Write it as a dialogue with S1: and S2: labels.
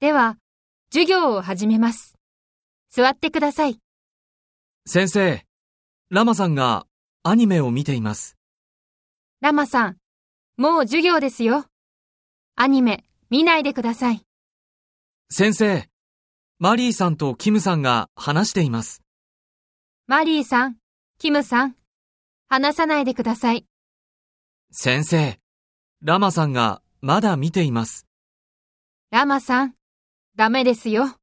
S1: では、授業を始めます。座ってください。
S2: 先生、ラマさんがアニメを見ています。
S1: ラマさん、もう授業ですよ。アニメ、見ないでください。
S2: 先生、マリーさんとキムさんが話しています。
S1: マリーさん、キムさん、話さないでください。
S2: 先生、ラマさんがまだ見ています。
S1: ラマさん、ダメですよ。